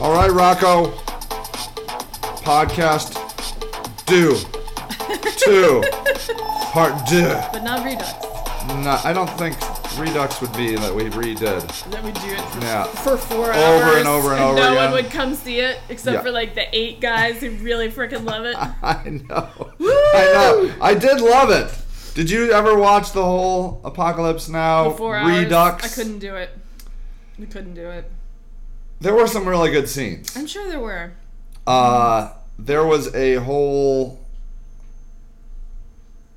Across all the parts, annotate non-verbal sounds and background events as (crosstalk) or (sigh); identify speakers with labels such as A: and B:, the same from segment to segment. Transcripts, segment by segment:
A: All right, Rocco. Podcast
B: (laughs)
A: do two part do.
B: But not Redux.
A: No, I don't think Redux would be that we redid.
B: Then we do it for,
A: Yeah. (laughs)
B: for four
A: and
B: hours.
A: over and over
B: No
A: again.
B: one would come see it except
A: Yeah.
B: for like the eight guys who really freaking
A: (laughs)
B: love it.
A: I know. I know. I did love it. Did you ever watch the whole Apocalypse Now
B: Four hours.
A: Oh, Redux?
B: I couldn't do it. We couldn't do it.
A: There were some really good scenes.
B: I'm sure there were.
A: Uh, there was a whole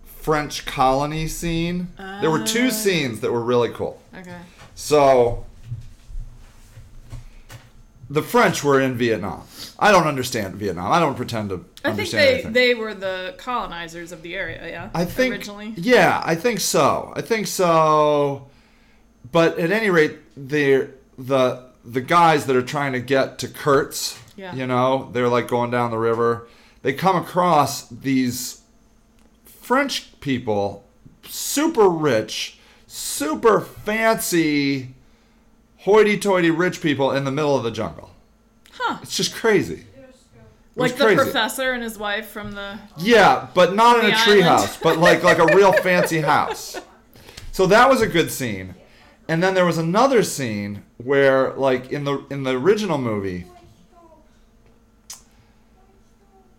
A: French colony scene. there were
B: Ah.
A: two scenes that were really cool.
B: Okay.
A: So the French were in Vietnam. I don't understand Vietnam. I don't pretend to
B: I think
A: understand
B: they,
A: anything.
B: they were the colonizers of the area, yeah.
A: I think
B: originally.
A: Yeah, I think so. I think so. But at any rate, the the the guys that are trying to get to Kurtz,
B: Yeah.
A: you know, they're like going down the river. They come across these French people, super rich, super fancy, hoity-toity rich people in the middle of the jungle.
B: Huh.
A: It's just crazy. It was
B: Like the
A: crazy.
B: professor and his wife from the
A: Yeah, but not in
B: The
A: a tree
B: island.
A: house, but like like a real fancy house. So that was a good scene. And then there was another scene where like in the in the original movie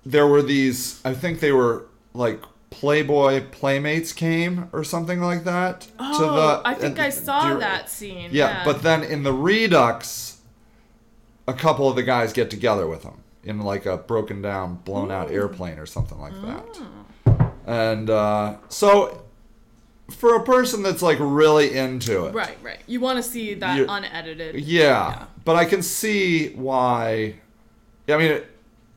A: there were these I think they were like Playboy playmates came or something like that
B: Oh, I think
A: and-
B: I
A: do
B: saw
A: you-
B: that scene.
A: yeah, but then in the Redux, a couple of the guys get together with him in like a broken down, blown out airplane or something like that.
B: Oh.
A: And uh, so, for a person that's like really into it,
B: Right, right. You want to see that
A: You-
B: unedited.
A: Yeah, but I can see why. I mean, it,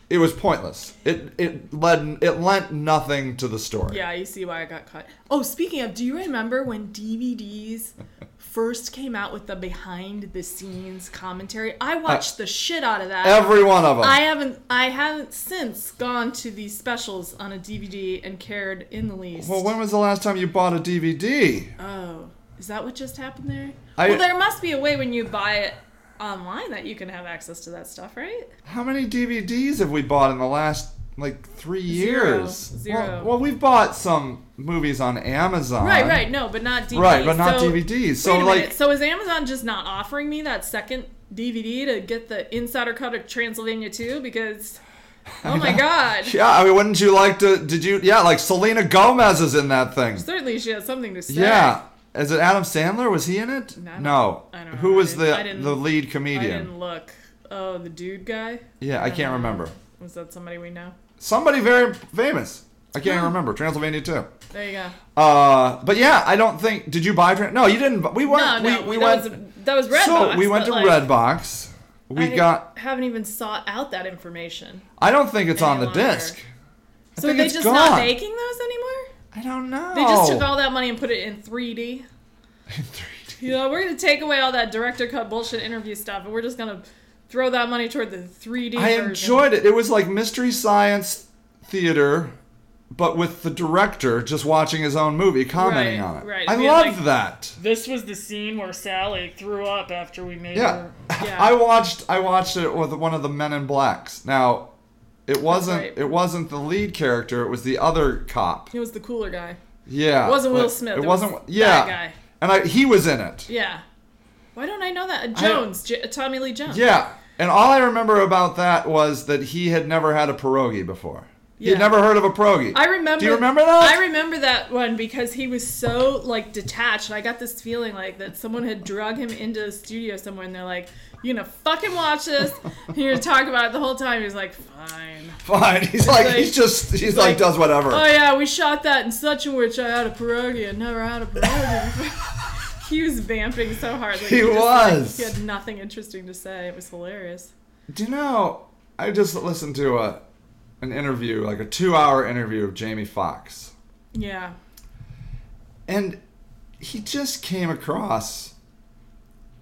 A: it was pointless. It it led it lent nothing to the story.
B: Yeah, you see why I got cut. Oh, speaking of, do you remember when DVDs first came out with the behind the scenes commentary? I watched the shit out of that.
A: Uh, Every one of them.
B: I haven't I haven't since gone to these specials on a DVD and cared in the least.
A: well, when was the last time you bought a DVD?
B: oh, is that what just happened there?
A: I-
B: well, there must be a way when you buy it online that you can have access to that stuff, right?
A: How many DVDs have we bought in the last like three
B: Zero.
A: years?
B: Zero.
A: Well, well, we've bought some movies on Amazon.
B: Right, right. No, but not DVDs.
A: Right, but not
B: So-
A: DVDs. So,
B: wait a
A: like-
B: minute. so is Amazon just not offering me that second DVD to get the insider cut of Transylvania 2? Because,
A: (laughs)
B: oh my god,
A: Yeah, I mean, wouldn't you like to? Did you? Yeah, like Selena Gomez is in that thing.
B: certainly she has something to say.
A: Yeah. Is it Adam Sandler? Was he in it?
B: No.
A: No.
B: I don't know.
A: Who
B: I
A: was
B: didn't- I
A: the
B: didn't-
A: the lead
B: I
A: comedian?
B: didn't look. Oh, the dude guy.
A: yeah, I can't remember.
B: Was that somebody we know?
A: Somebody very famous. I can't
B: Hmm.
A: remember. Transylvania too.
B: There you go.
A: Uh, but yeah, I don't think. Did you buy? Tran- no, you didn't. bu- We
B: No,
A: went.
B: no,
A: we, we
B: that
A: went.
B: was that was Redbox.
A: so we went
B: but,
A: to
B: like,
A: Redbox. We
B: I
A: got
B: haven't even sought out that information.
A: I don't think it's
B: any
A: on the
B: longer.
A: disc. I
B: So
A: think
B: they
A: it's
B: just
A: gone.
B: not making those anymore.
A: I don't know.
B: They just took all that money and put it in 3D.
A: (laughs) In 3D.
B: You know, we're gonna take away all that director cut bullshit interview stuff, and we're just gonna throw that money toward the 3D.
A: I
B: version.
A: enjoyed it. It was like mystery science theater, but with the director just watching his own movie, commenting
B: Right,
A: on it.
B: right.
A: I
B: We had,
A: loved
B: like-
A: that.
B: This was the scene where Sally threw up after we made
A: Yeah. (laughs)
B: her. Yeah.
A: I watched. I watched it with one of the Men in Blacks. Now, it wasn't.
B: right.
A: It wasn't the lead character. It was the other cop.
B: he was the cooler guy.
A: Yeah.
B: It wasn't Will
A: Like,
B: Smith.
A: Uh, It wasn't.
B: Was
A: yeah.
B: That guy.
A: And I, he was in it.
B: Yeah. Why don't I know that? Uh, Jones, J- Tommy Lee Jones.
A: Yeah. And all I remember about that was that he had never had a pierogi before. He had
B: Yeah.
A: never heard of a pierogi.
B: I remember.
A: Do you remember that?
B: I remember that one because he was so like detached. And I got this feeling like that someone had drug him into the studio somewhere, and they're like, "You're gonna fucking watch this. (laughs) and you're gonna talk about it the whole time." He was like, "Fine."
A: Fine. He's like,
B: like-
A: he's just he's like,
B: like,
A: does whatever.
B: Oh yeah, we shot that in such and which. I had a pierogi. I never had a pierogi.
A: (laughs)
B: before. he was vamping so hard. Like,
A: He
B: just,
A: was.
B: Like, he had nothing interesting to say. It was hilarious.
A: Do you know? I just listened to a an interview, like a two hour interview of Jamie Foxx,
B: Yeah.
A: and he just came across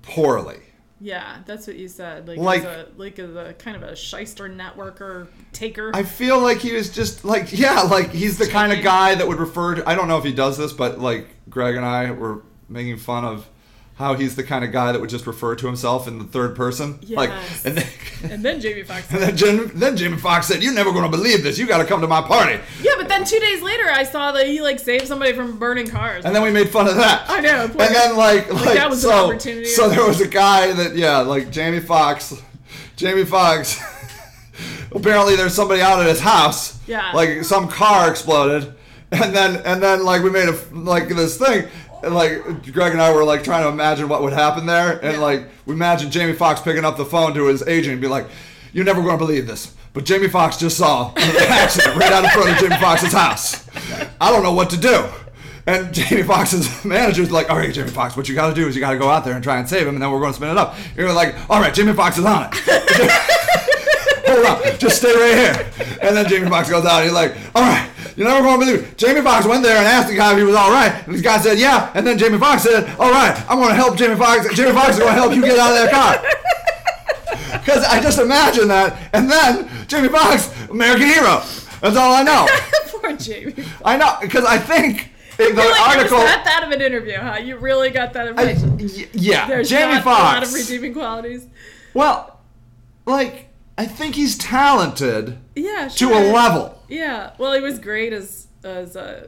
A: poorly.
B: Yeah, that's what you said. Like,
A: Like-
B: like, a, like as a kind of a shyster networker taker.
A: I feel like he was just like, yeah, like he's the kind of
B: Checking.
A: guy that would refer to. I don't know if he does this, but like Greg and I were making fun of how he's the kind of guy that would just refer to himself in the third person. Like,
B: Yes.
A: and then, (laughs)
B: And then Jamie Foxx.
A: and then, Jim, then Jamie Foxx said, "You're never going to believe this. You got to come to my party."
B: yeah, but then two days later, I saw that he like saved somebody from burning cars.
A: And then we made fun of that.
B: I know,
A: And
B: poor guy.
A: then like, like,
B: that was an
A: so,
B: opportunity.
A: So there was a guy that yeah, like Jamie Fox, Jamie Fox. (laughs) apparently, there's somebody out at his house.
B: Yeah.
A: Like some car exploded, and then and then like we made a like this thing. And like Greg and I were like trying to imagine what would happen there, and
B: Yeah.
A: like we imagined Jamie Fox picking up the phone to his agent and be like, "You're never going to believe this, but Jamie Fox just saw an (laughs) accident right out in front of Jamie Fox's house. I don't know what to do." And Jamie (laughs) Fox's manager's like, "All right, Jamie Fox, what you got to do is you got to go out there and try and save him, and then we're going to spin it up." You're like, "All right, Jamie Fox is on it. Hold up, just stay right here." And then Jamie Fox goes out. And he's like, "All right." You're never going to believe it. Jamie Fox went there and asked the guy if he was all right. And this guy said, yeah. And then Jamie Fox said, all right, I'm going to help Jamie Fox. Jamie Fox is going to help you get out of that car. (laughs) Because I just imagine that. And then Jamie Fox, American hero. That's all I know.
B: (laughs) Poor Jamie. You're
A: I know, because I think in the
B: like,
A: article.
B: It was that bad of an interview, huh? You really got that
A: I-
B: impression.
A: y- yeah,
B: There's
A: Jamie
B: not
A: Fox.
B: a lot of redeeming qualities.
A: Well, like, I think he's talented
B: Yeah,
A: to
B: sure.
A: a level.
B: Yeah. Well, he was great as as uh,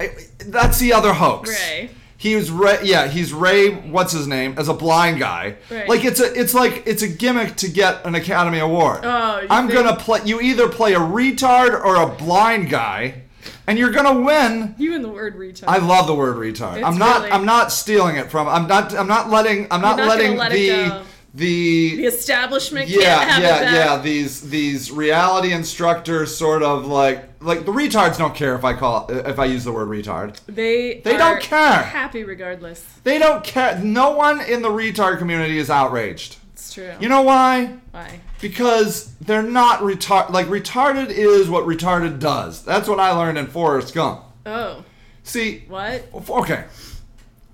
A: I- That's the other hoax.
B: Ray.
A: He was Ray. Yeah, he's Ray. What's his name? As a blind guy.
B: Right.
A: Like it's a, it's like it's a gimmick to get an Academy Award.
B: Oh, you
A: I'm
B: think-
A: gonna play. You either play a retard or a blind guy, and you're gonna win.
B: you and the word retard.
A: I love the word retard.
B: It's
A: I'm not.
B: really-
A: I'm not stealing it from. I'm not. I'm not letting. I'm not,
B: You're not
A: letting
B: gonna let
A: the
B: it go.
A: the
B: the establishment
A: yeah,
B: can't have
A: yeah,
B: it back.
A: yeah. These these reality instructors sort of like like the retards don't care if I call if I use the word retard.
B: They
A: They
B: are
A: don't care.
B: Happy regardless.
A: They don't care. No one in the retard community is outraged.
B: It's true.
A: You know why?
B: why?
A: Because they're not retard. Like retarded is what retarded does. That's what I learned in Forrest Gump.
B: Oh,
A: See,
B: what?
A: okay,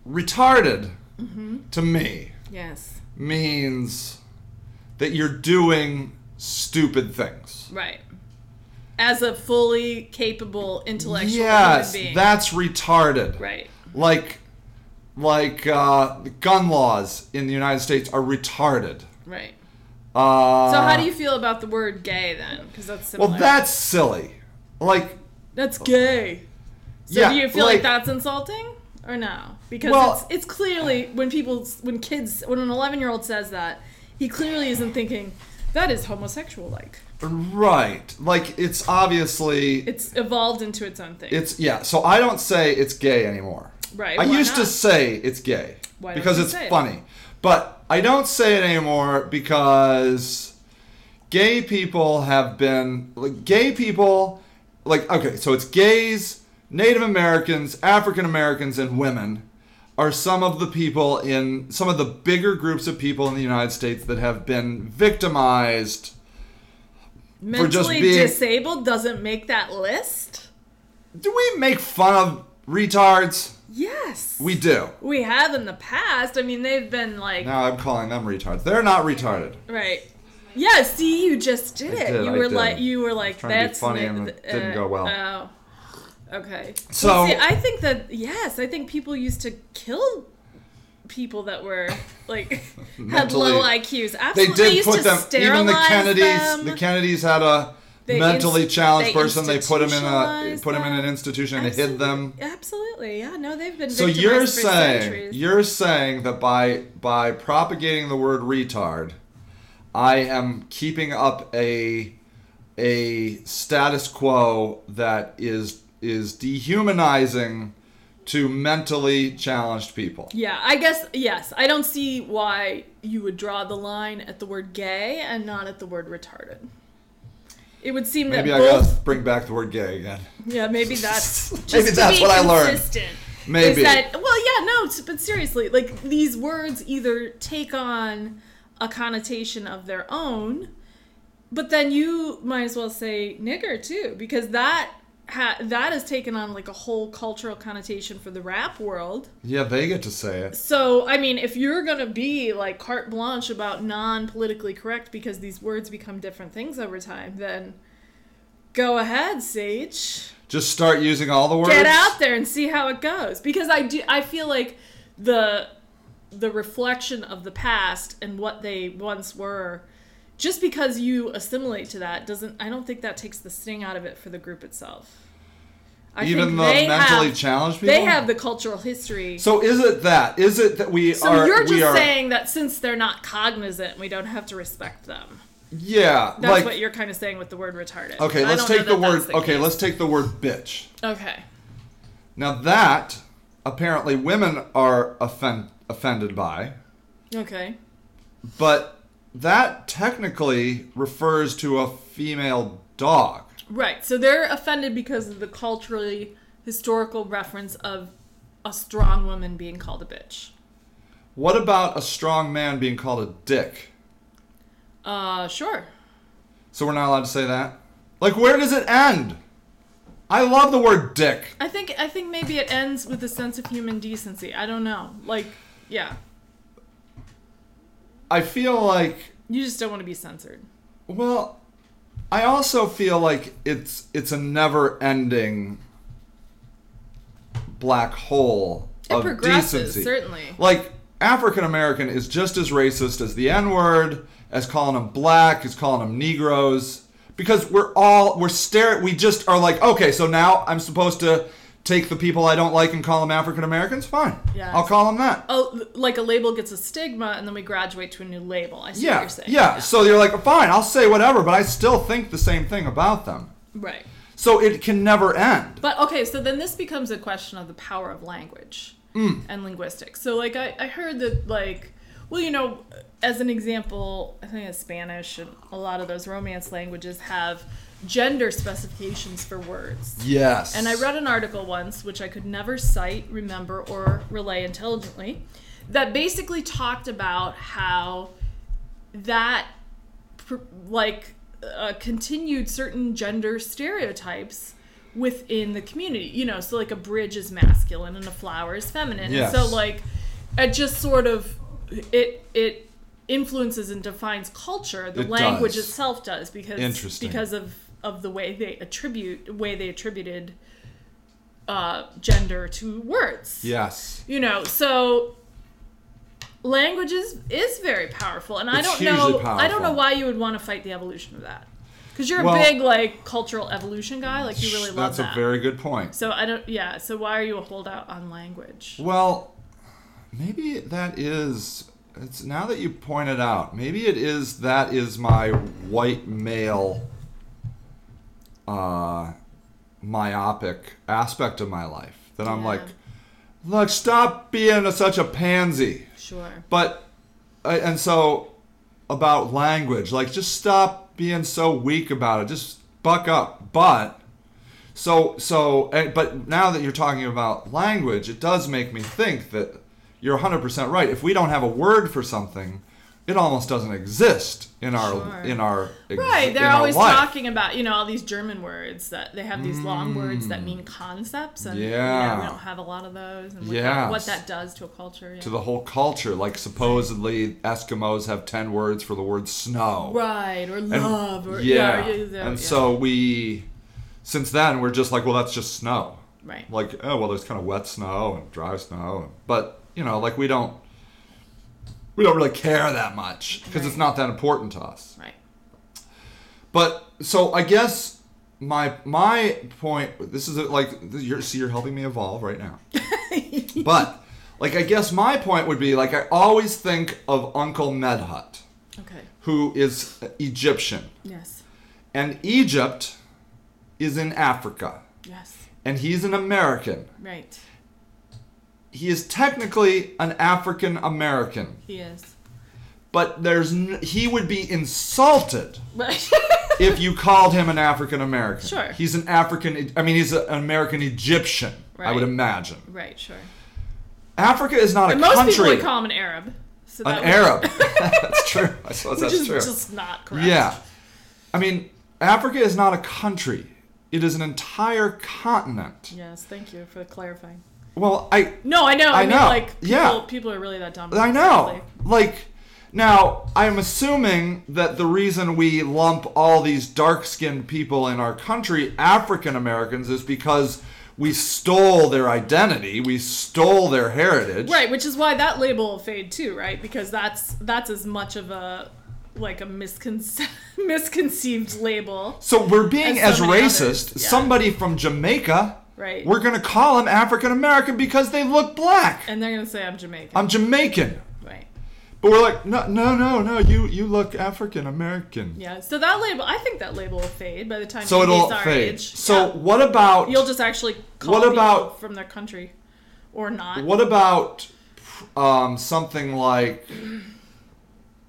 A: retarded
B: Mm-hmm.
A: to me
B: Yes.
A: means that you're doing stupid things.
B: Right. As a fully capable intellectual
A: Yes,
B: human being.
A: that's retarded.
B: right.
A: Like, like uh, the gun laws in the United States are retarded.
B: Right.
A: Uh,
B: So how do you feel about the word gay then? Because that's similar.
A: Well, that's silly. Like,
B: that's gay. So
A: yeah,
B: do you feel like, that's insulting or no? Because
A: Well-
B: it's, it's clearly when people when kids when an 11 year old says that he clearly isn't thinking that is homosexual like.
A: right? Like, it's obviously
B: It's evolved into its own thing.
A: it's yeah. So I don't say it's gay anymore.
B: Right,
A: I
B: why
A: used to
B: not?
A: say it's gay
B: Why don't
A: because
B: you
A: it's
B: say it?
A: funny, but I don't say it anymore because gay people have been like gay people like okay so it's gays native americans african americans and women are some of the people in some of the bigger groups of people in the united states that have been victimized
B: Mentally
A: just being-
B: disabled doesn't make that list.
A: do we make fun of retards
B: Yes.
A: we do
B: We have in the past. I mean, they've been like,
A: now i'm calling them retards they're not retarded
B: right. Yeah, see, you just did
A: I
B: it.
A: did,
B: you
A: I
B: were
A: did.
B: like, you were like,
A: trying to be
B: that's
A: funny
B: na-
A: and it
B: th-
A: didn't go well.
B: Oh. Okay.
A: So-
B: Well, see, I think that yes, I think people used to kill people that were like (laughs) had
A: Mentally-
B: low IQs.
A: they
B: Absolutely,
A: did
B: used
A: put
B: to
A: them even
B: sterilize
A: the kennedys
B: them.
A: the kennedys had a
B: They
A: mentally
B: inst-
A: challenged
B: they
A: person they put him in a
B: institutionalized
A: put him in an
B: them.
A: institution and hid
B: Absolutely.
A: them
B: Absolutely, yeah. No, they've been.
A: so you're
B: victimized for
A: saying
B: centuries.
A: you're saying that by by propagating the word retard i am keeping up a a status quo that is is dehumanizing to mentally challenged people
B: Yeah, I guess yes. I don't see why you would draw the line at the word gay and not at the word retarded. It would seem
A: maybe
B: that
A: i gotta
B: both.
A: bring back the word gay again
B: Yeah, maybe that's
A: (laughs)
B: just
A: Maybe
B: to
A: that's
B: be
A: what I learned.
B: consistent,
A: Maybe.
B: Is that, well, yeah, no, t- but seriously, like these words either take on a connotation of their own, but then you might as well say nigger too, because that ha- that has taken on like a whole cultural connotation for the rap world.
A: yeah they get to say it
B: So, I mean, if you're going to be like carte blanche about non politically correct because these words become different things over time, then go ahead, Sage.
A: just start using all the words
B: Get out there and see how it goes. Because I do, I feel like the the reflection of the past and what they once were just because you assimilate to that doesn't i don't think that takes the sting out of it for the group itself I
A: Even
B: think
A: the
B: they
A: mentally
B: have,
A: challenged people.
B: they have the cultural history
A: so is it that? Is it that we
B: so
A: are?
B: you're just
A: we are,
B: saying that since they're not cognizant we don't have to respect them
A: Yeah.
B: that's
A: like,
B: what you're kind of saying with the word retarded
A: Okay,
B: I
A: let's
B: don't know
A: take the
B: that
A: word.
B: that's
A: okay,
B: case.
A: let's take the word bitch.
B: okay
A: Now that apparently women are offend, offended by,
B: okay
A: but that technically refers to a female dog.
B: Right. So they're offended because of the culturally historical reference of a strong woman being called a bitch.
A: What about a strong man being called a dick?
B: Uh, sure.
A: So we're not allowed to say that? Like where does it end? I love the word dick.
B: I think I think maybe it ends with a sense of human decency. I don't know. Like, yeah,
A: I feel like
B: you just don't want to be censored.
A: well I also feel like it's it's a never ending black hole
B: It
A: of
B: progresses
A: decency.
B: certainly.
A: like African American is just as racist as the N word, as calling them black, as calling them Negroes, because we're all we're stare we just are like okay, so now I'm supposed to take the people I don't like and call them African Americans. Fine,
B: Yes.
A: I'll call them that.
B: Oh, like a label gets a stigma, and then we graduate to a new label. I see what
A: yeah,
B: you're saying.
A: yeah. So you're like fine, I'll say whatever, but I still think the same thing about them.
B: Right.
A: So it can never end.
B: But okay, so then this becomes a question of the power of language and linguistics. So like I, I heard that like well, you know, as an example, I think it's Spanish and a lot of those romance languages have gender specifications for words.
A: Yes.
B: And I read an article once, which I could never cite, remember, or relay intelligently, that basically talked about how that, pr- like, uh, continued certain gender stereotypes within the community. You know, so like a bridge is masculine and a flower is feminine. And
A: Yes.
B: so, like, it just sort of it it influences and defines culture. The
A: It
B: language
A: does.
B: itself does because
A: Interesting.
B: because of of the way they attribute way they attributed uh, gender to words.
A: Yes.
B: You know, so language is, is very powerful, and I
A: It's
B: don't
A: hugely
B: know. I don't know
A: powerful.
B: why you would want to fight the evolution of that, because you're
A: Well-
B: a big like cultural evolution guy. Like you really love
A: That's
B: that.
A: a very good point.
B: so I don't. Yeah. So why are you a holdout on language?
A: Well, maybe that is. It's now that you point it out. Maybe it is that is my white male, uh, myopic aspect of my life that I'm
B: Yeah.
A: like, look, stop being a, such a pansy.
B: Sure.
A: But I- and so about language, like just stop being so weak about it. Just buck up. But so so and- but now that you're talking about language, it does make me think that you're 100% right. If we don't have a word for something, it almost doesn't exist in our
B: Sure.
A: in our ex-
B: Right,
A: in
B: they're
A: our
B: always
A: life.
B: talking about you know all these German words that they have these long words that mean concepts, and you know,
A: Mm. Yeah.
B: we don't have a lot of those, and what,
A: Yes.
B: that, what that does to a culture. Yeah.
A: to the whole culture. Like supposedly Eskimos have 10 words for the word snow.
B: right or
A: And-
B: love or
A: yeah.
B: yeah, yeah,
A: and
B: yeah.
A: so we, since then, we're just like, well, that's just snow.
B: right,
A: Like, oh, well, there's kind of wet snow and dry snow, but you know, like we don't, we don't really care that much because it's
B: Right.
A: not that important to us.
B: right,
A: But so I guess my my point. This is like you're see, you're helping me evolve right
B: (laughs)
A: now. but like I guess my point would be like I always think of Uncle Medhut,
B: okay,
A: who is Egyptian.
B: yes,
A: And Egypt is in Africa.
B: yes,
A: And he's an American.
B: right,
A: He is technically an African American,
B: he is
A: but there's n- he would be
B: (laughs)
A: insulted
B: right,
A: if you called him an African American.
B: Sure.
A: He's an African E, I mean he's a- an American Egyptian, I would
B: Right.
A: imagine.
B: right, sure.
A: Africa is not
B: And
A: a
B: most people
A: country.
B: would call him an Arab, so
A: an
B: that would-
A: Arab. (laughs) that's true. I suppose
B: (laughs) which
A: that's
B: is
A: true.
B: just not correct.
A: Yeah. I mean, Africa is not a country. It is an entire continent.
B: Yes, thank you for clarifying.
A: Well, I
B: No, I know. I,
A: I
B: mean,
A: know,
B: like, people,
A: yeah.
B: people are really that dumb.
A: I know.
B: Exactly.
A: Like, now, I'm assuming that the reason we lump all these dark skinned people in our country, African Americans, is because we stole their identity, we stole their heritage.
B: Right, which is why that label will fade too, right? Because that's that's as much of a like a misconce- (laughs) misconceived label,
A: So we're being
B: As
A: as,
B: so many
A: racist.
B: others, yeah.
A: Somebody from Jamaica,
B: right?
A: we're gonna call them African American because they look black.
B: and they're gonna say I'm Jamaican,
A: I'm Jamaican,
B: right?
A: but we're like, no, no, no, no. You you look African American.
B: Yeah. So that label, I think that label will fade by the time
A: So
B: baby's
A: it'll
B: our
A: fade.
B: age.
A: So
B: Yeah.
A: what about
B: you'll just actually call
A: What
B: people
A: about-
B: from their country or not?
A: What about um, something like?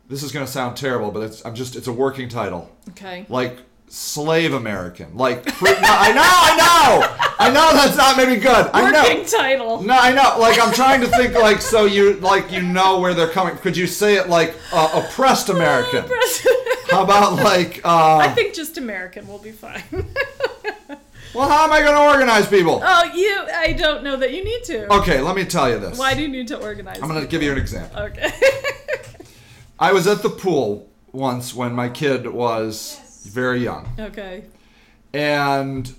A: This is gonna sound terrible, but it's I'm just it's a working title
B: Okay.
A: like slave American, like (laughs) pre- no, I know, I know, I know that's not maybe good. I
B: Working
A: know.
B: title.
A: No, I know. Like I'm trying to think. Like so, you like you know where they're coming. Could you say it like uh, oppressed American? How about like?
B: (laughs) I
A: Uh,
B: think just American will be fine. (laughs)
A: well, how am I going to organize people?
B: oh, you? I don't know that you need to.
A: Okay, let me tell you this.
B: Why do you need to organize?
A: Oh. I'm going to give you an example.
B: Okay. (laughs)
A: I was at the pool once when my kid was very young,
B: okay.
A: and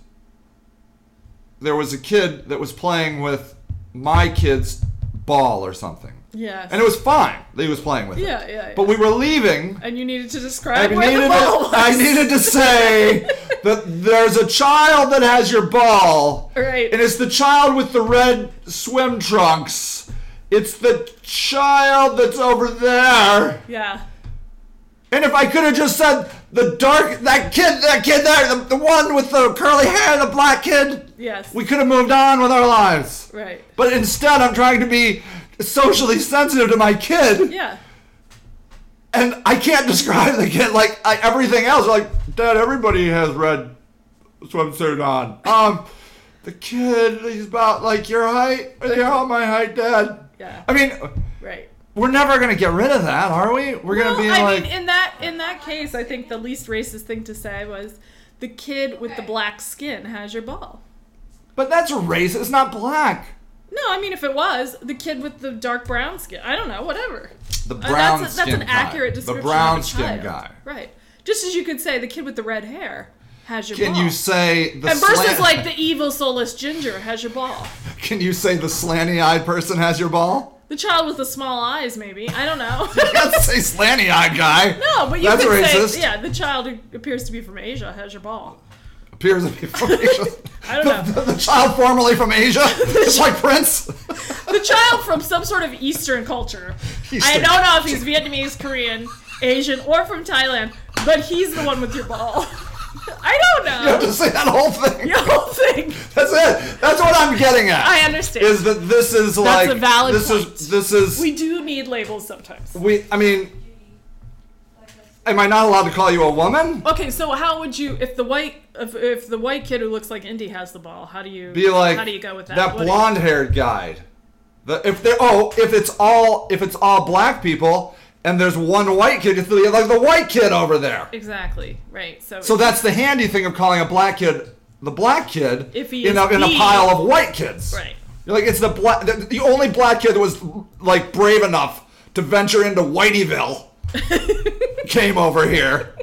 A: there was a kid that was playing with my kid's ball or something,
B: Yes.
A: and it was fine. that He was playing with it.
B: yeah, yeah, yeah.
A: But we were leaving.
B: and you needed to
A: I
B: describe where
A: needed,
B: the ball was.
A: to, I needed to say that there's a child that has your ball,
B: (laughs) Right.
A: and it's the child with the red swim trunks. It's the child that's over there.
B: yeah.
A: And if I could have just said the dark, that kid, that kid there, the, the one with the curly hair, the black kid,
B: Yes.
A: we could have moved on with our lives.
B: right.
A: But instead, I'm trying to be socially sensitive to my kid,
B: Yeah.
A: and I can't (laughs) describe the kid like I, everything else. Like, Dad, everybody has red swimsuit on. Um, the kid, he's about like your height, or they're all my height, Dad.
B: Yeah.
A: I mean,
B: Right.
A: we're never gonna get rid of that, are we? We're
B: Well,
A: gonna be
B: I
A: like,
B: mean, in that in that case, I think the least racist thing to say was the kid with the black skin has your ball.
A: but that's racist. It's not black.
B: No, I mean if it was the kid with the dark brown skin, I don't know, whatever.
A: The
B: Uh,
A: brown
B: that's, a,
A: skin
B: that's an
A: guy.
B: accurate description.
A: The brown
B: of a
A: skin
B: child.
A: guy.
B: Right. Just as you could say the kid with the red hair has your
A: Can
B: ball.
A: you say the
B: and versus
A: slant-
B: like the evil soulless ginger has your ball.
A: (laughs) Can you say the slanty-eyed person has your ball?
B: The child with the small eyes, maybe. I
A: (laughs)
B: don't know.
A: You can't say slanty-eyed guy.
B: no, but you
A: That's
B: could
A: racist.
B: say yeah, the child who appears to be from Asia has your ball.
A: Appears to be from
B: (laughs)
A: Asia.
B: I don't know.
A: the, the child formerly from
B: (laughs)
A: Asia, just like Prince.
B: the child from some sort of Eastern culture. I
A: Eastern
B: don't know if he's Vietnamese, Korean, Asian, or from Thailand, but he's the one with your ball. (laughs) I don't
A: You have
B: know.
A: to say that whole thing.
B: (laughs) Your whole thing.
A: That's it. That's what I'm getting at.
B: I understand.
A: Is that this is like
B: a valid
A: this
B: point.
A: is this is
B: we do need labels sometimes.
A: we. I mean, am I not allowed to call you a woman?
B: Okay, so how would you if the white if, if the white kid who looks like Indy has the ball, how do you
A: be like
B: how do you go with that? What do you-
A: blonde haired guy. The, if they're oh if it's all if it's all black people and there's one white kid it's the- like the white kid over there.
B: Exactly. Right. So,
A: So that's the handy thing of calling a black kid the black kid
B: If he
A: in
B: is
A: a, in a
B: the-
A: pile of white kids.
B: Right.
A: You're like it's the black the, the only black kid that was like brave enough to venture into
B: (laughs)
A: Whiteyville came over here.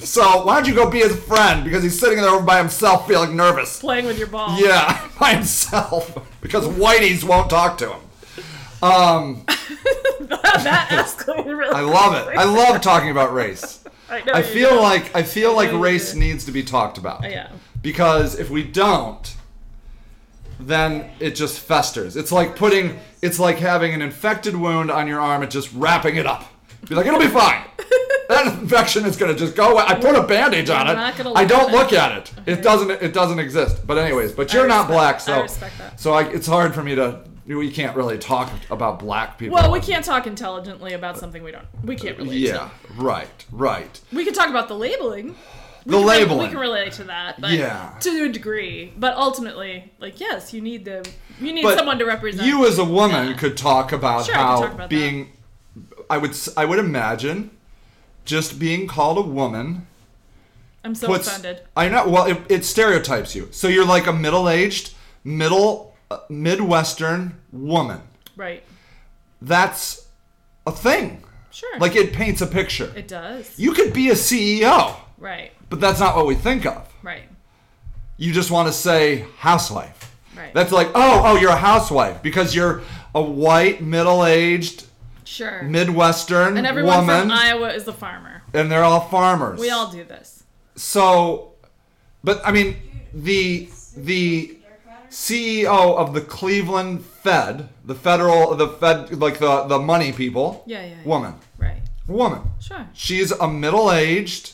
A: So why don't you go be his friend because he's sitting there by himself feeling nervous.
B: playing with your ball.
A: Yeah, (laughs) by himself because whiteys won't talk to him. Um,
B: (laughs) that escalated really
A: I love it. I love talking about race.
B: I, know
A: I
B: you
A: feel
B: do.
A: like I feel like
B: you
A: race
B: do.
A: needs to be talked about.
B: Yeah.
A: Because if we don't, then it just festers. It's like putting it's like having an infected wound on your arm and just wrapping it up. Be like, it'll be
B: (laughs)
A: fine. that infection is gonna just go away. I put a bandage on
B: I'm
A: it.
B: not gonna
A: I
B: look
A: don't
B: at
A: look
B: it.
A: at it. It doesn't it doesn't exist. But anyways, but you're not
B: respect-
A: black,
B: I
A: so
B: respect that.
A: so I, it's hard for me to we can't really talk about black people.
B: Well, we can't talk intelligently about something we don't. We can't relate. To.
A: Yeah, right, right.
B: We can talk about the labeling.
A: The
B: We can relate-
A: labeling.
B: we can relate to that, but
A: Yeah.
B: to a degree. But ultimately, like yes, you need the you need
A: But
B: someone to represent
A: You as a woman
B: Yeah.
A: could talk about
B: Sure, I could
A: how
B: talk about
A: being I would s- I would imagine just being called a woman
B: I'm so
A: puts
B: offended.
A: I know well it, it stereotypes you. So you're like a middle-aged middle uh, midwestern woman.
B: Right.
A: That's a thing.
B: Sure.
A: Like it paints a picture.
B: it does.
A: you could be a E CEO,
B: Right.
A: but that's not what we think of.
B: Right.
A: You just want to say housewife.
B: Right.
A: That's like, oh, oh, you're a housewife because you're a white, middle-aged,
B: Sure.
A: Midwestern
B: and everyone
A: woman,
B: from Iowa is a farmer.
A: and they're all farmers.
B: We all do this.
A: So, but I mean, the the CEO of the Cleveland Fed, the federal, the Fed, like the the money people,
B: Yeah, yeah. yeah.
A: woman,
B: Right.
A: woman.
B: Sure.
A: She's a middle-aged,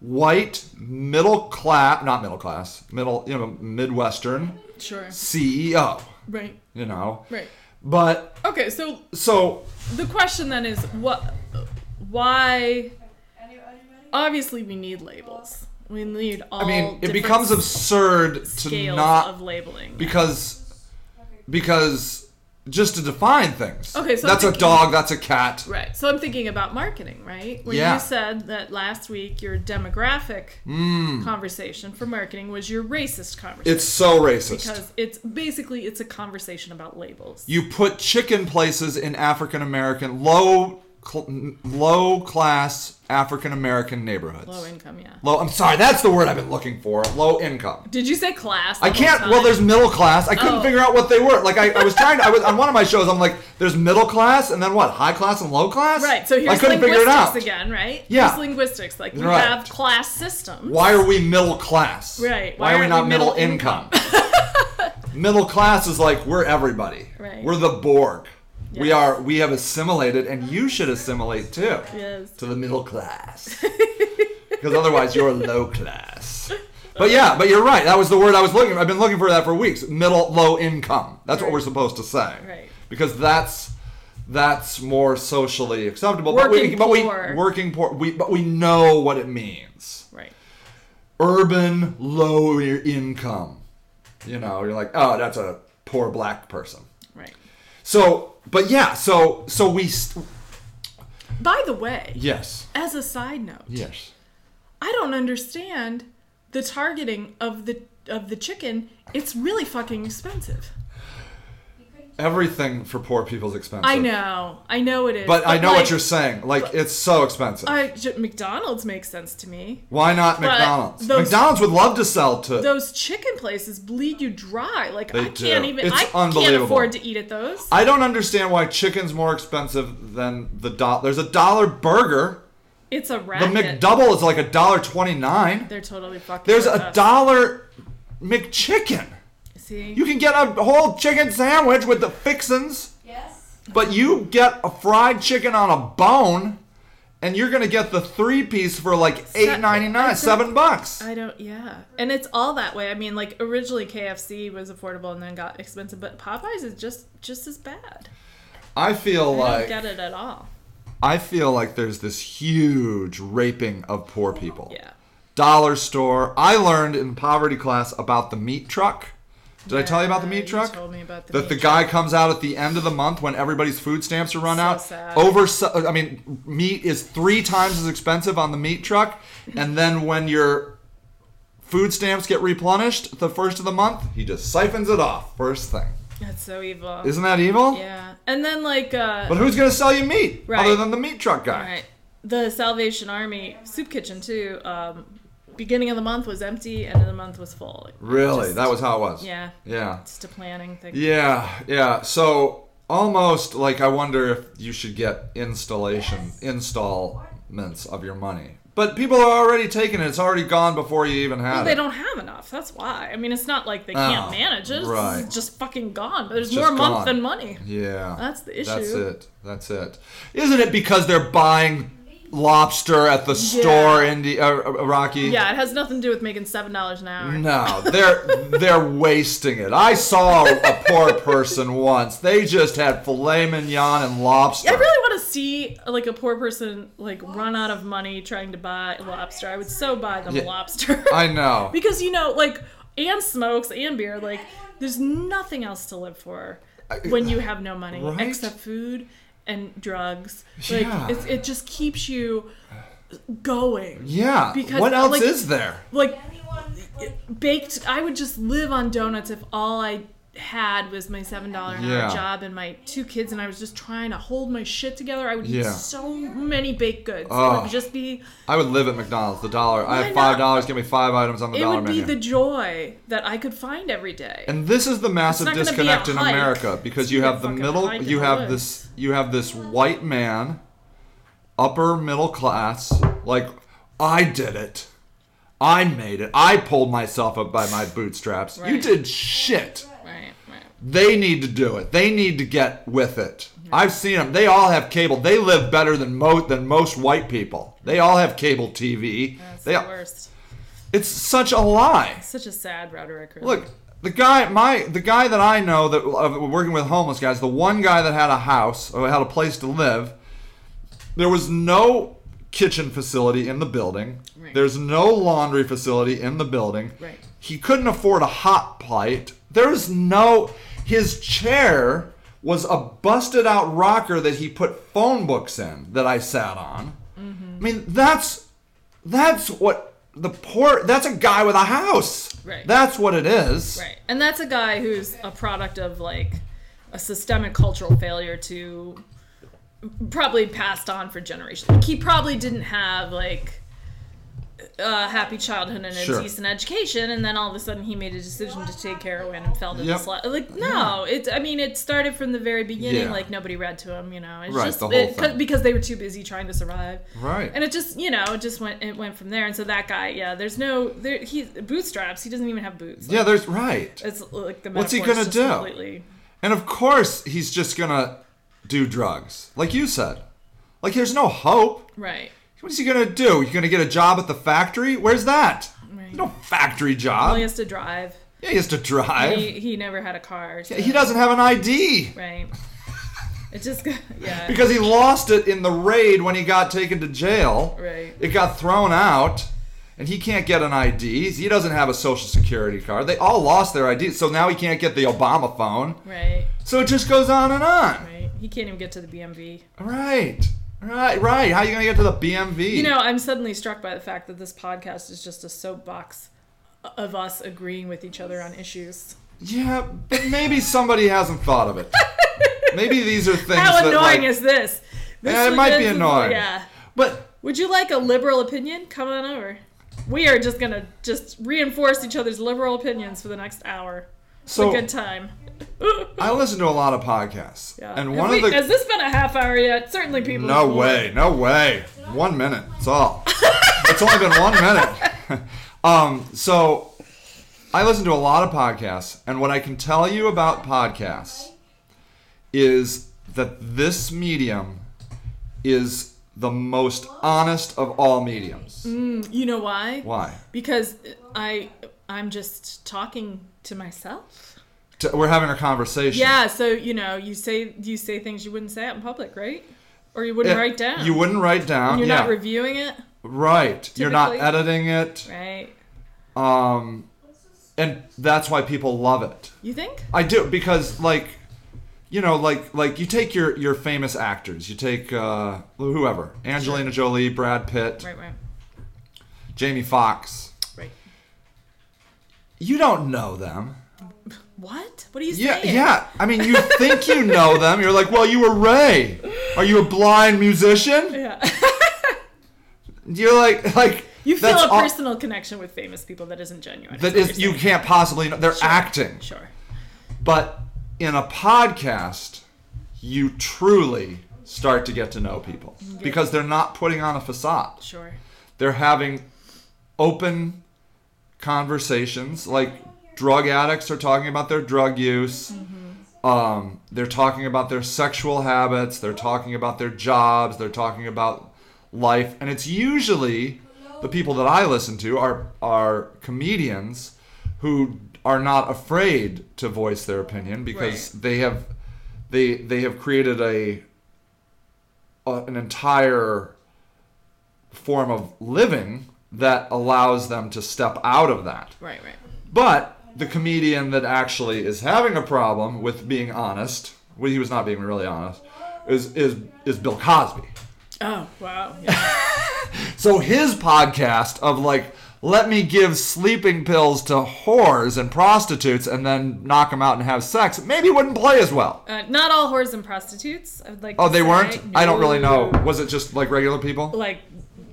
A: white, middle class, not middle class, middle, you know, Midwestern
B: Sure.
A: CEO.
B: Right.
A: You know,
B: Right.
A: but
B: Okay, so
A: so
B: the question then is what why obviously we need labels. We need all
A: I mean, it
B: different
A: becomes absurd to
B: scales
A: not
B: of labeling.
A: because because just to define things.
B: Okay, so I'm
A: that's a
B: thinking-
A: dog. That's a cat.
B: Right. So I'm thinking about marketing, right? Where
A: Yeah.
B: you said that last week your demographic conversation for marketing was your racist conversation.
A: Hmm. It's so racist.
B: because it's basically it's a conversation about labels.
A: you put chicken places in African American low cl- low class African American neighborhoods.
B: Low income, yeah.
A: Low- I'm sorry. That's the word I've been looking for. Low income.
B: Did you say class? the
A: I
B: whole
A: can't.
B: time?
A: Well, there's middle class. I couldn't
B: Oh.
A: figure out what they were. Like I, I was trying to. I was on one of my shows. I'm like, there's middle class, and then what? High class and low class.
B: Right, so
A: I
B: here's
A: couldn't figure it
B: linguistics
A: out.
B: again, right?
A: Yeah.
B: Here's linguistics. Like, we
A: Right.
B: have class systems.
A: Why are we middle class?
B: Right,
A: Why,
B: why
A: are we
B: aren't
A: not
B: we
A: middle,
B: middle
A: income?
B: (laughs)
A: middle class is like we're everybody.
B: Right.
A: We're the Borg. We
B: Yes.
A: are. We have assimilated, and you should assimilate too
B: Yes.
A: to the middle class. (laughs) Because otherwise, you're low class. But yeah, but you're right. That was the word I was looking. I've been looking for that for weeks. Middle, low income. That's what
B: Right.
A: we're supposed to say.
B: Right.
A: Because that's that's more socially acceptable.
B: Working
A: but we, But
B: poor.
A: we, working poor. We but we know what it means
B: Right.
A: urban low income. You know, you're like, oh, that's a poor black person.
B: Right.
A: So, but yeah, so so we st-
B: By the way,
A: yes,
B: as a side note,
A: yes,
B: I don't understand the targeting of the of the chicken. It's really fucking expensive.
A: everything for poor people's expensive.
B: I know. I know it is.
A: but, I know
B: like,
A: what you're saying. Like, it's so expensive.
B: I, j- McDonald's makes sense to me.
A: Why not McDonald's?
B: those-
A: McDonald's would love to sell to.
B: Those chicken places bleed you dry. Like
A: They
B: I can't
A: do.
B: even.
A: It's
B: I can't
A: unbelievable.
B: afford to eat at those.
A: I don't understand why chicken's more expensive than the dollar. There's a dollar burger.
B: It's a
A: The
B: racket.
A: McDouble is like a dollar twenty nine.
B: They're totally fucking.
A: There's
B: with
A: a
B: us.
A: dollar McChicken.
B: See.
A: You can get a whole chicken sandwich with the fixins,
C: Yes.
A: but you get a fried chicken on a bone, and you're gonna get the three piece for like eight ninety
B: I
A: nine,
B: think-
A: seven bucks.
B: I don't. Yeah, and it's all that way. I mean, like originally KFC was affordable and then got expensive, but Popeyes is just just as bad.
A: I feel
B: I
A: like
B: don't get it at all.
A: I feel like there's this huge raping of poor people.
B: Yeah.
A: Dollar store. I learned in poverty class about the meat truck. Did I tell you about the meat truck?
B: You told me about the
A: that the
B: meat
A: guy comes out at the end of the month when everybody's food stamps are run
B: So
A: out.
B: sad.
A: Over, I mean, meat is three times as expensive on the meat truck, and then when your food stamps get replenished the first of the month, he just siphons it off first thing.
B: truck. That's so evil.
A: Isn't that evil?
B: yeah, and then like uh,
A: But who's gonna sell you meat
B: Right.
A: other than the meat truck guy?
B: right, the Salvation Army soup kitchen too. Um, beginning of the month was empty, end of the month was full. Like,
A: Really?
B: just-
A: that was how it was.
B: yeah.
A: Yeah.
B: It's a planning thing.
A: Yeah, yeah. So almost like I wonder if you should get installation installments of your money. But people are already taking it. It's already gone before you even had
B: Well, they
A: it.
B: don't have enough. That's why. I mean, it's not like they
A: Oh,
B: can't manage it.
A: right.
B: It's just fucking gone. But there's
A: It's
B: more
A: just
B: month
A: gone.
B: than money.
A: Yeah.
B: That's the issue.
A: That's it. That's it. Isn't it because they're buying lobster at the store in the uh, uh, Rocky?
B: Yeah, it has nothing to do with making seven dollars an hour.
A: No, they're they're wasting it. I saw a poor person once. They just had filet mignon and lobster.
B: I really want to see like a poor person like run out of money trying to buy lobster. I would so buy them
A: Yeah.
B: lobster
A: I know.
B: because you know like and smokes and beer. Like there's nothing else to live for when you have no money
A: Right?
B: except food and drugs. Like
A: Yeah.
B: it's, it just keeps you going.
A: Yeah.
B: Because,
A: what else
B: like-
A: is there?
B: Like
C: Anyone?
B: baked i would just live on donuts if all i had was my seven dollar an
A: Yeah.
B: hour job and my two kids, and I was just trying to hold my shit together. I would eat
A: Yeah.
B: so many baked goods. It
A: Oh.
B: would just be
A: I would live at McDonald's. The dollar. I
B: Why
A: have
B: not?
A: five dollars. Give me five items on the
B: it
A: dollar
B: would be
A: menu.
B: the joy that I could find every day.
A: and this is the massive
B: not gonna be a
A: disconnect in
B: hike.
A: America because you
B: It's
A: have the
B: fucking
A: middle.
B: hike in
A: You
B: the
A: have
B: woods.
A: this. You have this white man, upper middle class. Like I did it. I made it. I pulled myself up by my bootstraps. You
B: Right.
A: did shit.
B: right, right.
A: They need to do it. They need to get with it. I've seen them. They all have cable. They live better than most than most white people. They all have cable TV.
B: That's
A: they
B: the
A: all-
B: worst.
A: it's such a lie.
B: Such a sad rhetoric. Really.
A: Look, the guy, my the guy that I know that uh, working with homeless guys, the one guy that had a house or had a place to live, there was no kitchen facility in the building.
B: Right.
A: There's no laundry facility in the building.
B: Right.
A: He couldn't afford a hot plate. There's no. His chair was a busted out rocker that he put phone books in that I sat on.
B: Mm-hmm.
A: I mean, that's that's what the poor. That's a guy with a house.
B: Right.
A: That's what it is.
B: Right. And that's a guy who's a product of like a systemic cultural failure to probably passed on for generations. Like, he probably didn't have like a happy childhood and a
A: Sure.
B: decent education and then all of a sudden he made a decision to take heroin and fell to
A: Yep.
B: this li- like no it's I mean it started from the very beginning
A: Yeah.
B: like nobody read to him you know it's
A: Right,
B: just
A: the whole
B: it- 'cause-
A: thing.
B: because they were too busy trying to survive
A: Right.
B: and it just you know it just went it went from there and so that guy yeah there's no there he bootstraps he doesn't even have boots
A: yeah. There's right.
B: it's like the
A: What's he
B: metaphor
A: gonna
B: is just
A: do?
B: Completely,
A: And of course, he's just gonna do drugs, like you said. Like there's no hope.
B: right.
A: What is he gonna do? He's gonna get a job at the factory? Where's that?
B: Right.
A: No factory
B: Well,
A: job.
B: he has to drive.
A: Yeah, he has to drive.
B: He, he never had a car. So,
A: he doesn't have an ID (laughs)
B: Right. It just yeah.
A: because he lost it in the raid when he got taken to jail.
B: Right.
A: It got thrown out, and he can't get an ID. He doesn't have a social security card. They all lost their ID, so now he can't get the Obama phone.
B: Right.
A: So it just goes on and on.
B: Right. He can't even get to the BMV.
A: Right. Right. Right. How are you gonna get to the BMV?
B: You know, I'm suddenly struck by the fact that this podcast is just a soapbox of us agreeing with each other on issues.
A: Yeah, but maybe somebody hasn't thought
B: (laughs)
A: of it. maybe these are things
B: How
A: that
B: annoying
A: like,
B: is this? this
A: Yeah, it might be
B: this is-
A: annoying.
B: Yeah.
A: But
B: Would you like a liberal opinion? Come on over. We are just gonna just reinforce each other's liberal opinions for the next hour. It's
A: so
B: a good time.
A: I listen to a lot of podcasts,
B: Yeah.
A: and
B: Have
A: one
B: we-
A: of the
B: has this been a half hour yet? Certainly, people.
A: No
B: are bored.
A: way, no way. One minute, it's
B: (laughs)
A: all. it's only been one minute. (laughs) um, so I listen to a lot of podcasts, and what I can tell you about podcasts is that this medium is the most honest of all
B: Mm.
A: mediums.
B: You know why?
A: Why?
B: Because I I'm just talking to myself.
A: T- We're having a conversation.
B: Yeah. So you know, you say you say things you wouldn't say out in public, right? Or you wouldn't
A: It-
B: write down.
A: You wouldn't write down.
B: You're
A: yeah.
B: not reviewing it,
A: right. You're not
B: Typically.
A: editing it.
B: right?
A: Um, and that's why people love it.
B: You think?
A: I do because like you know like like you take your your famous actors you take uh whoever Angelina Jolie Brad Pitt
B: Right. Right.
A: Jamie Foxx
B: Right.
A: you don't know them
B: What? What are you
A: yeah
B: saying?
A: yeah I mean you think you know them you're like well you were Ray are you a blind musician
B: Yeah. (laughs)
A: you're like like
B: You feel
A: that's
B: a
A: all-
B: personal connection with famous people that isn't genuine.
A: that
B: what
A: is
B: you're
A: you
B: saying.
A: can't possibly know they're acting
B: Sure.
A: but in a podcast you truly start to get to know people because they're not putting on a facade
B: Sure.
A: they're having open conversations like drug addicts are talking about their drug use um, they're talking about their sexual habits they're talking about their jobs they're talking about life and it's usually the people that i listen to are are comedians who are not afraid to voice their opinion because they have they they have created a, a an entire form of living that allows them to step out of that.
B: Right. Right.
A: But the comedian that actually is having a problem with being honest, well, he was not being really honest, is is is Bill Cosby.
B: Oh wow. Yeah.
A: So his podcast of like let me give sleeping pills to whores and prostitutes and then knock them out and have sex, maybe it wouldn't play as well.
B: Uh, not all whores and prostitutes. I would like.
A: Oh,
B: to
A: they
B: say.
A: weren't? I don't really know.
B: No.
A: Was it just like regular people?
B: Like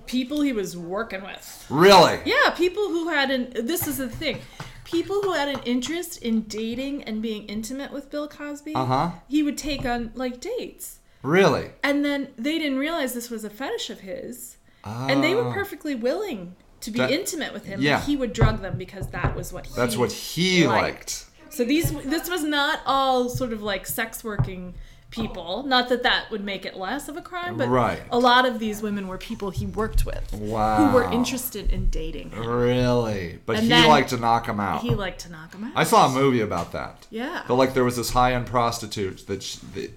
B: people he was working with.
A: Really?
B: Yeah, people who had an. This is the thing. People who had an interest in dating and being intimate with Bill Cosby,
A: Uh-huh.
B: he would take on like dates.
A: Really?
B: And then they didn't realize this was a fetish of his. And they were perfectly willing to be
A: Ah. That-
B: intimate with him.
A: yeah.
B: But he would drug them because that was what he
A: That's what he liked.
B: So these this was not all sort of like sex working people. Not that that would make it less of a crime, but
A: Right.
B: a lot of these women were people he worked with
A: Wow.
B: who were interested in dating. him.
A: Really? But
B: And
A: he
B: then-
A: liked to knock him out.
B: He liked to knock them out.
A: I saw a movie about that.
B: Yeah. Oh,
A: But like there was this high-end prostitute that sh that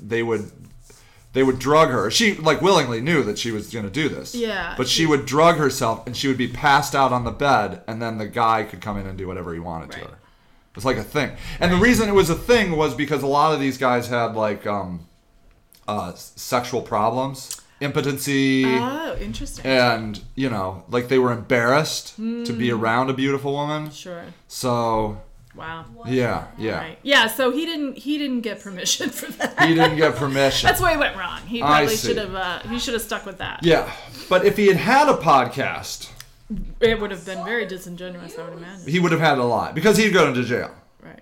A: they would they would drug her. She like willingly knew that she was going to do this.
B: Yeah.
A: But she would drug herself and she would be passed out on the bed and then the guy could come in and do whatever he wanted to
B: Right.
A: her. It's like a thing. And the reason it was a thing was because a lot of these guys had like um uh s- sexual problems, impotency,
B: Oh, interesting.
A: and you know like they were embarrassed to
B: Hmm.
A: be around a beautiful woman
B: Sure.
A: so
B: Wow.
A: yeah yeah
B: Right. Yeah, so he didn't he didn't get permission for that.
A: he didn't get permission
B: (laughs) That's where he went wrong. He
A: I
B: probably
A: see.
B: should have uh, he should have stuck with that.
A: (laughs) yeah but if he had had a podcast
B: It would have been very disingenuous, I would imagine.
A: he would have had a lot because he'd go into jail
B: Right.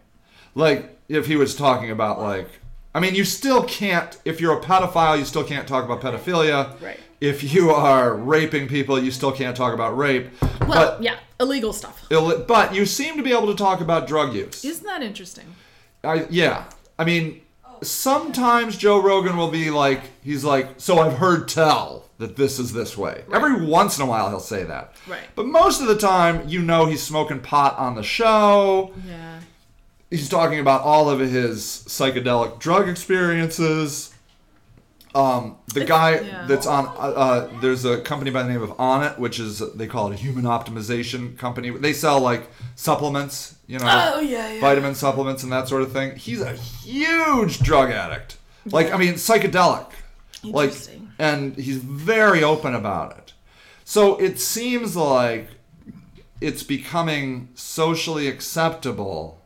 A: like if he was talking about like i mean you still can't if you're a pedophile you still can't talk about pedophilia
B: Right.
A: if you are raping people you still can't talk about rape
B: Well,
A: but
B: yeah, illegal stuff.
A: illi- but you seem to be able to talk about drug use
B: Isn't that interesting?
A: I yeah. I mean, sometimes Joe Rogan will be like, he's like, so I've heard tell that this is this way. Every once in a while he'll say that.
B: Right.
A: But most of the time, you know, he's smoking pot on the show.
B: Yeah.
A: He's talking about all of his psychedelic drug experiences. Um, the guy
B: yeah.
A: that's on uh, uh, there's a company by the name of Onnit, which is they call it a human optimization company. They sell like supplements, you know
B: Oh yeah, yeah.
A: vitamin supplements and that sort of thing. He's a huge drug addict. Like I mean, psychedelic. Like
B: Interesting.
A: and he's very open about it. So it seems like it's becoming socially acceptable.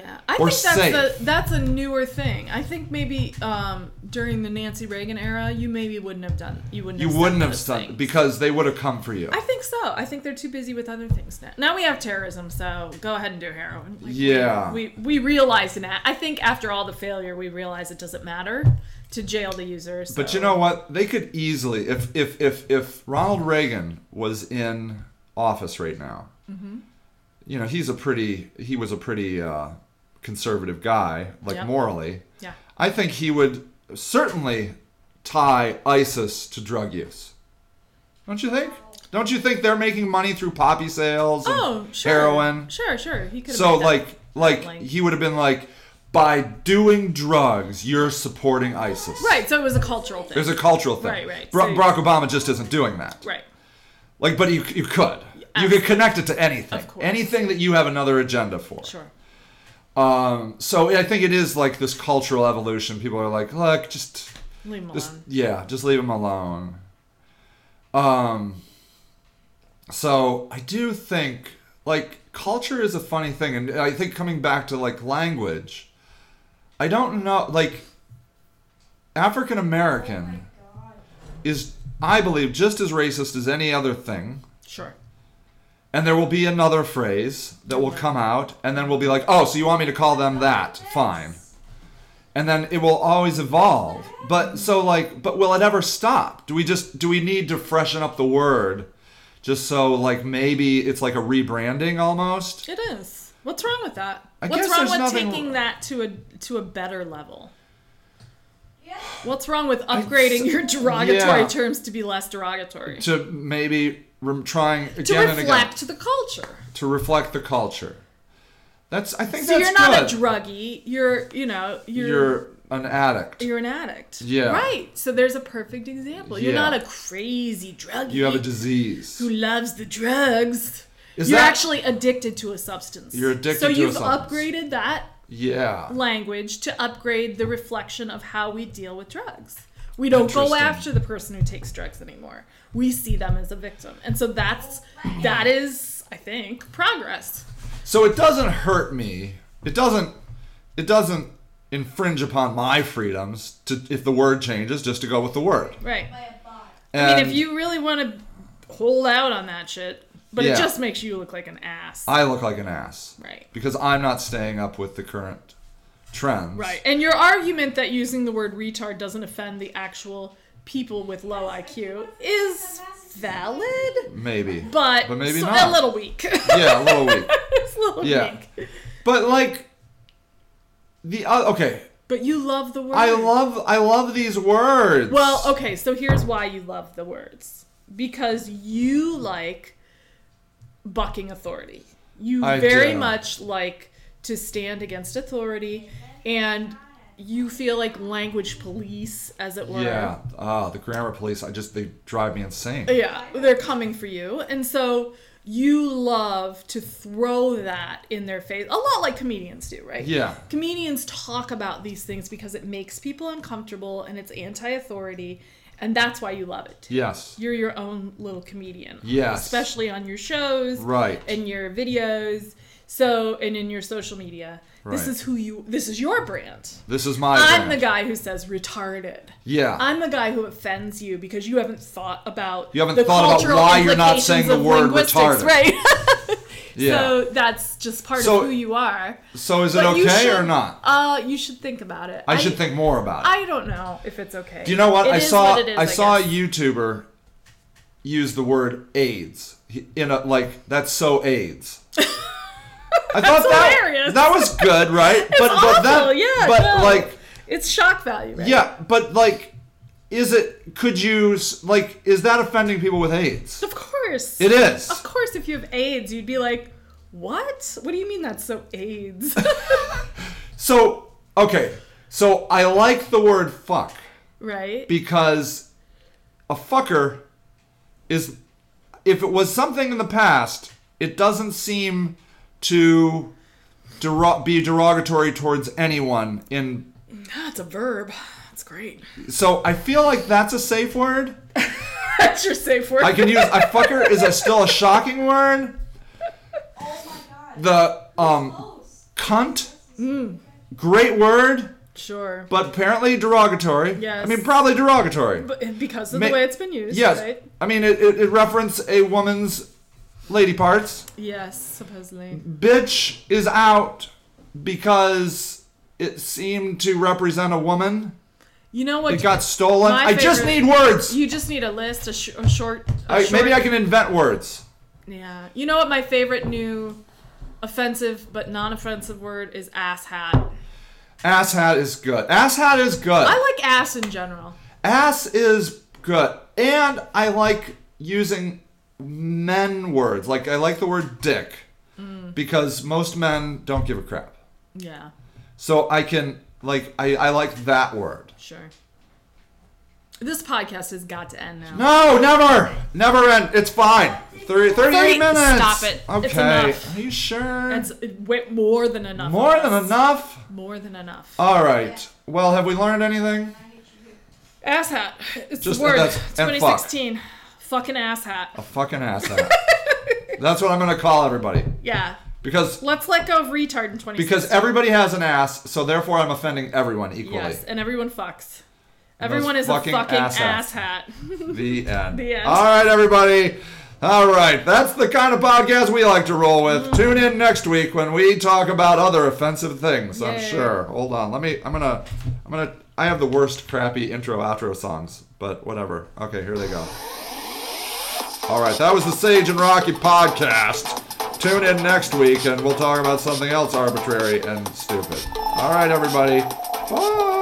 B: Yeah, I
A: Or
B: think that's
A: safe.
B: a that's a newer thing. I think maybe um, during the Nancy Reagan era, you maybe wouldn't have done you wouldn't
A: You
B: have
A: wouldn't
B: said
A: have
B: those
A: stunned
B: things.
A: because they would have come for you.
B: I think so. I think they're too busy with other things now. Now we have terrorism, so go ahead and do heroin. Like, we-
A: Yeah.
B: we we realize that. I think after all the failure, we realize it doesn't matter to jail the user.
A: But
B: so-
A: you know what? They could easily, if if if if Ronald Reagan was in office right now,
B: Mm-hmm.
A: you know, he's a pretty he was a pretty uh, conservative guy, like
B: Yeah.
A: morally.
B: yeah,
A: I think he would certainly tie ISIS to drug use. Don't you think? Don't you think they're making money through poppy sales and
B: oh sure,
A: heroin?
B: sure, sure. He could have
A: So
B: made that
A: like like
B: link.
A: he would have been like, by doing drugs, you're supporting ISIS.
B: right. So it was a cultural thing,
A: There's a cultural thing.
B: Right, right.
A: Bra-
B: So-
A: Barack Obama just isn't doing that.
B: right?
A: Like, but you, you could. You
B: absolutely.
A: could connect it to anything.
B: Of course.
A: Anything that you have another agenda for.
B: Sure.
A: Um, so I think it is like this cultural evolution. People are like, look, just,
B: Leave him
A: just
B: alone.
A: yeah, just leave him alone. Um, so I do think like culture is a funny thing, and I think coming back to like language, I don't know like African American is I believe just as racist as any other thing.
B: Sure.
A: And there will be another phrase that will come out, and then we'll be like, oh, so you want me to call them that? Fine. And then it will always evolve. But so, like, but will it ever stop? Do we just, do we need to freshen up the word just so, like, maybe it's like a rebranding almost?
B: It is. What's wrong with that?
A: I
B: What's
A: guess
B: wrong
A: there's
B: with
A: nothing-
B: taking that to a to a better level? What's wrong with upgrading your derogatory
A: yeah.
B: terms to be less derogatory? To,
A: To maybe rem- trying again and again
B: reflect the culture.
A: to reflect the culture. That's, I think
B: So
A: that's
B: you're not
A: good.
B: a druggie. You're you know you're you're,
A: You're an addict.
B: an addict.
A: Yeah.
B: Right. So there's a perfect example. You're
A: Yeah.
B: not a crazy druggie.
A: You have a disease.
B: who loves the drugs.
A: Is
B: you're
A: that-
B: actually addicted to a substance.
A: You're addicted
B: so
A: to a
B: you've
A: substance.
B: upgraded that
A: Yeah.
B: language to upgrade the reflection of how we deal with drugs. We don't go
A: Interesting.
B: after the person who takes drugs anymore. We see them as a victim. And so that's that is I think, progress.
A: So it doesn't hurt me. It doesn't. It doesn't infringe upon my freedoms to if the word changes just to go with the word.
B: Right.
C: by a bot.
A: And
B: I mean, if you really want to hold out on that shit, but
A: Yeah.
B: it just makes you look like an ass.
A: I look like an ass.
B: right.
A: Because I'm not staying up with the current trends.
B: Right. And your argument that using the word retard doesn't offend the actual people with low IQ is valid,
A: Maybe.
B: but,
A: But maybe
B: so-
A: not.
B: a little weak.
A: (laughs)
B: (laughs)
A: yeah, a little weak.
B: it's a little
A: Yeah.
B: weak.
A: But like the uh, okay,
B: But you love the word.
A: I love I love these words.
B: Well, okay, so here's why you love the words. Because you like bucking authority. You
A: I
B: very
A: do.
B: much like to stand against authority and you feel like language police as it were.
A: Yeah. Ah, the grammar police. I just they drive me insane.
B: Yeah, they're coming for you. And so you love to throw that in their face, a lot like comedians do, right?
A: Yeah.
B: Comedians talk about these things because it makes people uncomfortable and it's anti authority. And that's why you love it.
A: Yes.
B: You're your own little comedian.
A: Yes.
B: Especially on your shows
A: Right.
B: and your videos. So, and in your social media. This
A: Right.
B: is who you, this is your brand.
A: This is my
B: I'm
A: brand.
B: the guy who says retarded.
A: Yeah.
B: I'm the guy who offends you because you haven't thought about
A: You haven't
B: the
A: thought about
B: cultural
A: why you're not
B: implications
A: saying the
B: of
A: word
B: linguistics,
A: retarded.
B: right? (laughs)
A: yeah.
B: So that's just part
A: So-
B: of who you are.
A: So is it
B: But you
A: okay or
B: should-
A: not?
B: Uh, you should think about it.
A: I, should think more about it.
B: I don't know if it's okay.
A: Do you know what?
B: It
A: I
B: is
A: saw
B: What it is,
A: I, saw
B: guess.
A: a YouTuber use the word AIDS He- in a like that's so AIDS. I thought that
B: hilarious.
A: that was good,
B: (laughs)
A: right? it's but but
B: awful,
A: that
B: yeah,
A: but
B: no.
A: like
B: It's shock value. Right?
A: yeah, but like is it could you s- like is that offending people with AIDS?
B: Of course.
A: It is.
B: Of course, if you have AIDS, you'd be like, "What? What do you mean that's so
A: (laughs)
B: AIDS?"
A: So, okay. So I like the word fuck
B: right?
A: because a fucker is if it was something in the past, it doesn't seem to dero- be derogatory towards anyone in
B: Ah, it's a verb. It's great.
A: so I feel like that's a safe word.
B: That's your safe word.
A: I can use a fucker is a still a shocking word.
C: Oh my god.
A: The um
C: Close.
A: cunt great word,
B: sure.
A: but apparently derogatory.
B: Yes.
A: I mean probably derogatory.
B: But because of
A: Ma-
B: the way it's been used,
A: Yes.
B: right?
A: I mean, it, it, it referenced a woman's lady parts.
B: Yes, supposedly.
A: Mm. Bitch is out because it seemed to represent a woman.
B: You know what?
A: It got stolen.
B: My
A: I just
B: favorite-
A: need words.
B: you just need a list, a, sh- a short. a
A: I, maybe
B: short-
A: I can invent words.
B: Yeah. You know what? My favorite new offensive but non-offensive word is asshat.
A: Ass hat is good. Ass hat is good.
B: I like ass in general.
A: Ass is good. And I like using men words. Like, I like the word dick
B: Mm.
A: because most men don't give a crap.
B: Yeah.
A: So I can, like, I, I like that word.
B: Sure. This podcast has got to end now.
A: No, never. Never end. It's fine. 30, 38
B: Thirty-
A: minutes.
B: stop it.
A: Okay.
B: It's enough.
A: Are you sure?
B: That's way more than enough.
A: More
B: of
A: than
B: us.
A: enough. Oh.
B: More than enough.
A: All right. Well, have we learned anything?
B: asshat. It's
A: Just-
B: the word.
A: that's- and fuck. Oh.
B: 2016. Fucking asshat.
A: A fucking ass
B: (laughs)
A: hat. That's what I'm going to call everybody.
B: Yeah.
A: Because
B: Let's let go of retard in 2016.
A: because everybody has an ass, so therefore I'm offending everyone equally.
B: Yes, and everyone fucks.
A: Those
B: Everyone is
A: fucking
B: a fucking
A: asshats.
B: asshat. (laughs)
A: The end.
B: The end.
A: All right, everybody. All right, that's the kind of podcast we like to roll with.
B: Mm.
A: Tune in next week when we talk about other offensive things. I'm
B: Yay.
A: sure. Hold on. Let me. I'm gonna. I'm gonna. I have the worst crappy intro outro songs, but whatever. Okay, here they go. All right, that was the Sage and Rocky podcast. Tune in next week and we'll talk about something else arbitrary and stupid. All right, everybody. Bye.